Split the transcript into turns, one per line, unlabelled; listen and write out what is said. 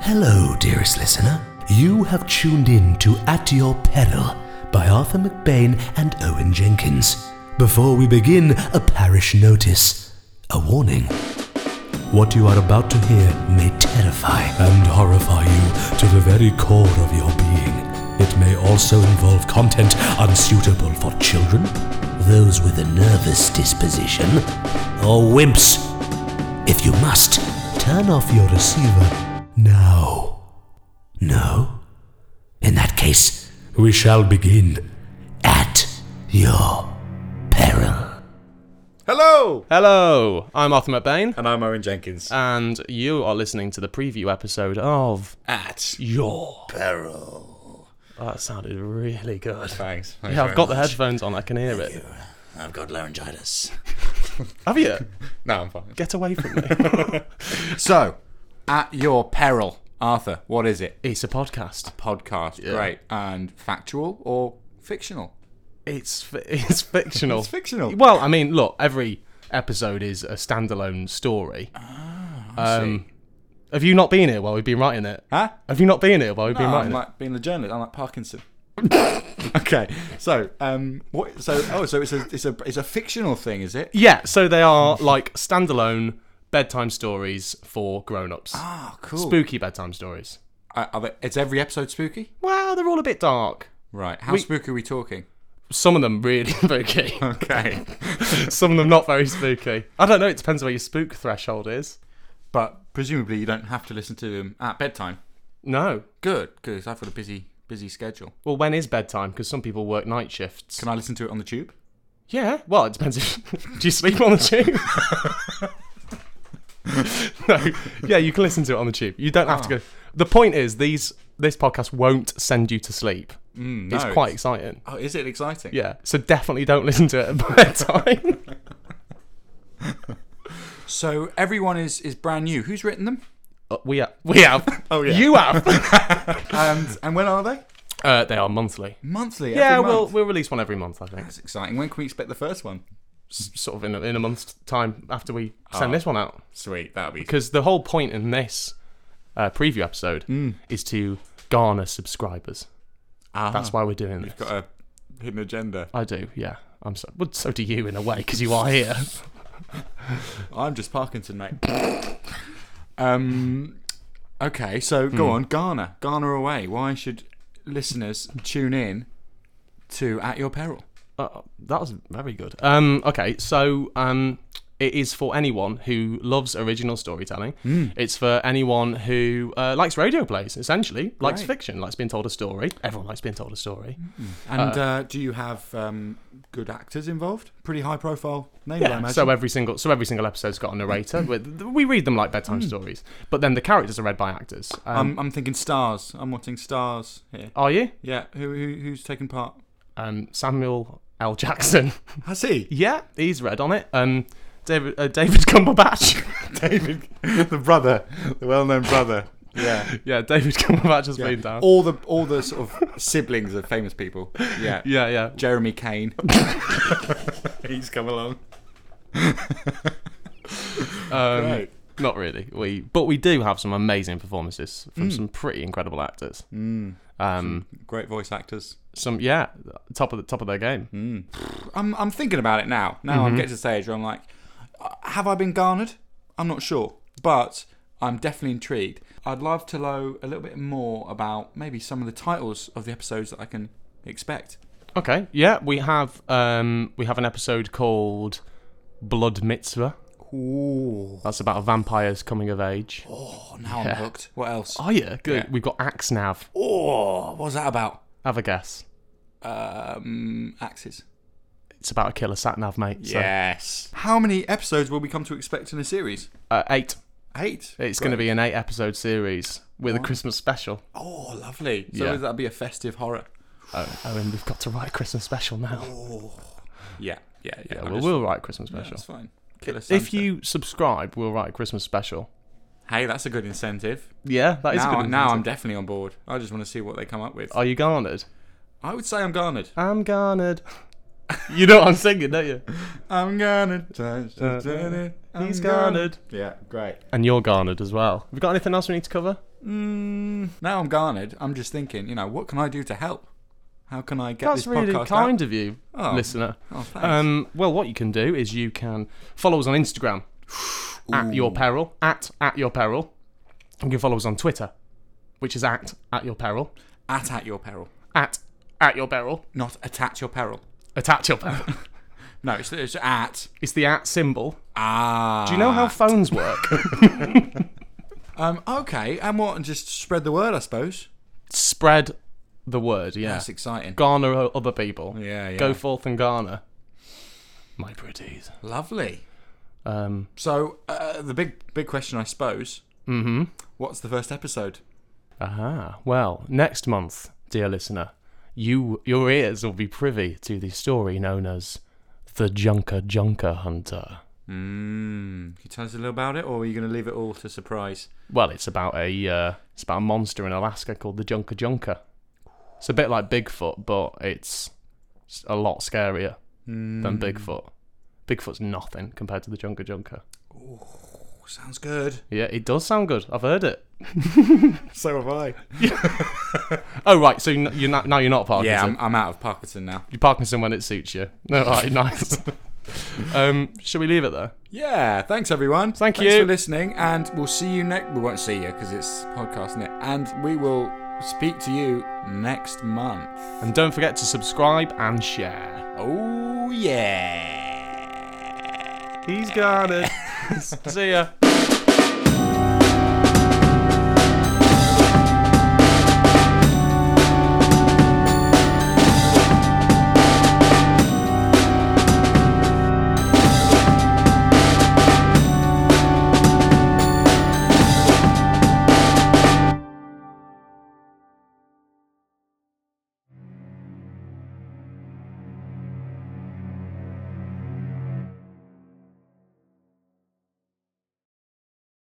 Hello, dearest listener. You have tuned in to At Your Peril by Arthur McBain and Owen Jenkins. Before we begin, a parish notice. A warning. What you are about to hear may terrify and horrify you to the very core of your being. It may also involve content unsuitable for children, those with a nervous disposition, or wimps. If you must, turn off your receiver now. No? In that case, we shall begin at your peril.
Hello!
Hello, I'm Arthur McBain,
And I'm Owen Jenkins.
and you are listening to the preview episode of
At
Your.
Peril.
Oh, that sounded really good.
Thanks. Thanks
Yeah,
very
I've got the
much.
headphones on, I can hear it.
I've got laryngitis.
Have you?
No, I'm fine.
Get away from me.
So, At Your Peril. Arthur, what is it?
it's a podcast.
Podcast. Great. And factual or fictional?
It's fi- it's fictional.
It's fictional.
Well, I mean, look, every episode is a standalone story. um, have you not been here while we've been writing it?
Ah, Huh?
Have you not been here while we've been
I'm
writing
like being a journalist. I'm like Parkinson. okay. So, um, what? So, oh, so it's a, it's a, it's a fictional thing, is it?
it? Yeah, so they are like standalone bedtime stories for grown-ups.
Oh, cool.
Spooky bedtime stories.
Uh, are they, it's every episode spooky?
Well, they're all a bit dark.
Right. How spooky are we talking?
Some of them really spooky.
Okay.
Some of them not very spooky. I don't know. It depends where your spook threshold is.
but presumably you don't have to listen to them at bedtime.
No.
Good, because I've got a busy, busy schedule.
Well, when is bedtime? Because some people work night shifts.
Can I listen to it on the tube?
Yeah. Well, it depends. If, do you sleep on the tube? no. Yeah, you can listen to it on the tube. You don't have to go. The point is, these this podcast won't send you to sleep.
Mm,
it's quite exciting.
Oh, is it exciting?
Yeah. So definitely don't listen to it at bedtime.
So everyone is is brand new. Who's written them?
Uh, we have. We have.
Oh, yeah.
You have.
And and when are they?
uh, they are monthly.
Monthly.
Yeah,
every
we'll
month.
we'll release one every month, I think.
That's exciting. When can we expect the first one?
S- Sort of in a, in a month's time after we send
Ah.
this one out,
Sweet, that'll be.
because the whole point in this uh, preview episode is to garner subscribers.
Ah,
That's why we're doing this.
got a hidden agenda.
I do, yeah. I'm so. Well, so do you in a way, because you are here.
I'm just Parkinson, mate. um, okay, so go
Hmm.
on, Ghana, Ghana away. Why should listeners tune in to At Your Peril?
Uh, that was very good. Um, okay, so um, it is for anyone who loves original storytelling. It's for anyone who uh, likes radio plays, essentially, likes
Right.
fiction, likes being told a story. Everyone likes being told a story.
And uh, do you have um, good actors involved? Pretty high profile names, I
Yeah.
imagine.
So every single so every single episode's got a narrator. with, we read them like bedtime stories, but then the characters are read by actors. Mm. Um,
I'm, I'm thinking stars. I'm watching stars here.
are you
Yeah, who, who who's taking part?
um, Samuel L. Jackson?
Has he?
yeah, he's read on it. Um, David uh, David Cumberbatch.
David, the brother, the well-known brother. Yeah.
yeah, David Cumberbatch has been down.
All the all the sort of siblings of famous people. Yeah.
yeah, yeah.
Jeremy Kane. He's come along.
Um,
Right.
Not really. We but we do have some amazing performances from some pretty incredible actors. Um,
Great voice actors.
some yeah, top of the top of their game.
I'm I'm thinking about it now. Now
Mm-hmm.
I'm getting to the stage where I'm like, uh, have I been garnered? I'm not sure, but I'm definitely intrigued. I'd love to know a little bit more about maybe some of the titles of the episodes that I can expect.
Okay, yeah, we have um, we have an episode called Blood Mitzvah.
Ooh,
That's about vampires coming of age.
oh, now I'm hooked. What else?
Oh yeah, good.
Yeah.
We've got Axe Nav.
Oh, what's that about?
Have a guess.
Um, axes.
It's about a killer sat nav, mate. So,
Yes. How many episodes will we come to expect in a series?
uh, eight.
Eight.
It's going to be an eight episode series with a Christmas special.
Oh, lovely. So
Yeah.
that'll be a festive horror.
Oh, and we've got to write a Christmas special now.
Yeah, yeah, yeah.
yeah,
I'm
we'll,
just-
we'll write a Christmas special.
That's fine. Killer
If
Santa.
you subscribe, we'll write a Christmas special.
Hey, that's a good incentive.
Yeah, that is
now,
a good.
now I'm
incentive. Uh,
definitely on board. I just want to see what they come up with.
Are you garnered?
I would say I'm garnered.
I'm garnered. you know what I'm singing, don't you?
I'm garnered. I'm
He's garnered.
Yeah, great.
And you're garnered as well. Have we got anything else we need to cover?
mm, now I'm garnered, I'm just thinking, you know, what can I do to help? How can I get
That's
this
really
podcast
kind
out?
of you,
Oh.
listener.
Oh, thanks.
Um, well, what you can do is you can follow us on Instagram at your peril at at your peril. You can follow us on Twitter, which is at at your peril
At at your peril,
at at your peril
not attach your peril.
at your peril.
No, it's, it's at.
it's the at symbol.
Ah.
Do you know how phones work?
Um, okay, and what? And just spread the word, I suppose.
Spread the word. Yeah,
That's exciting.
garner o- other people.
Yeah, yeah.
Go forth and garner my pretties.
Lovely.
Um,
So uh, the big, big question, I suppose. Mm-hmm. What's the first episode?
Aha. Ah, Well, next month, dear listener, you your ears will be privy to the story known as the Junker Junker Hunter.
Mm, can you tell us a little about it, or are you going to leave it all to surprise?
Well, it's about a uh, it's about a monster in Alaska called the Junker Junker. It's a bit like Bigfoot, but it's s- a lot scarier
Hmm.
than Bigfoot. Bigfoot's nothing compared to the Junker Junker.
Oh, sounds good.
Yeah, it does sound good. I've heard it.
So have I.
Oh right, so n- you're not, now you're not Parkinson.
Yeah, I'm, I'm out of Parkinson now.
You're Parkinson when it suits you. No, all right, nice. um, shall we leave it there?
Yeah, thanks everyone.
Thank
Thanks
you.
for listening, and we'll see you next. We won't see you because it's podcast, isn't it? And we will speak to you next month.
And don't forget to subscribe and share.
Oh yeah.
He's got it. See ya.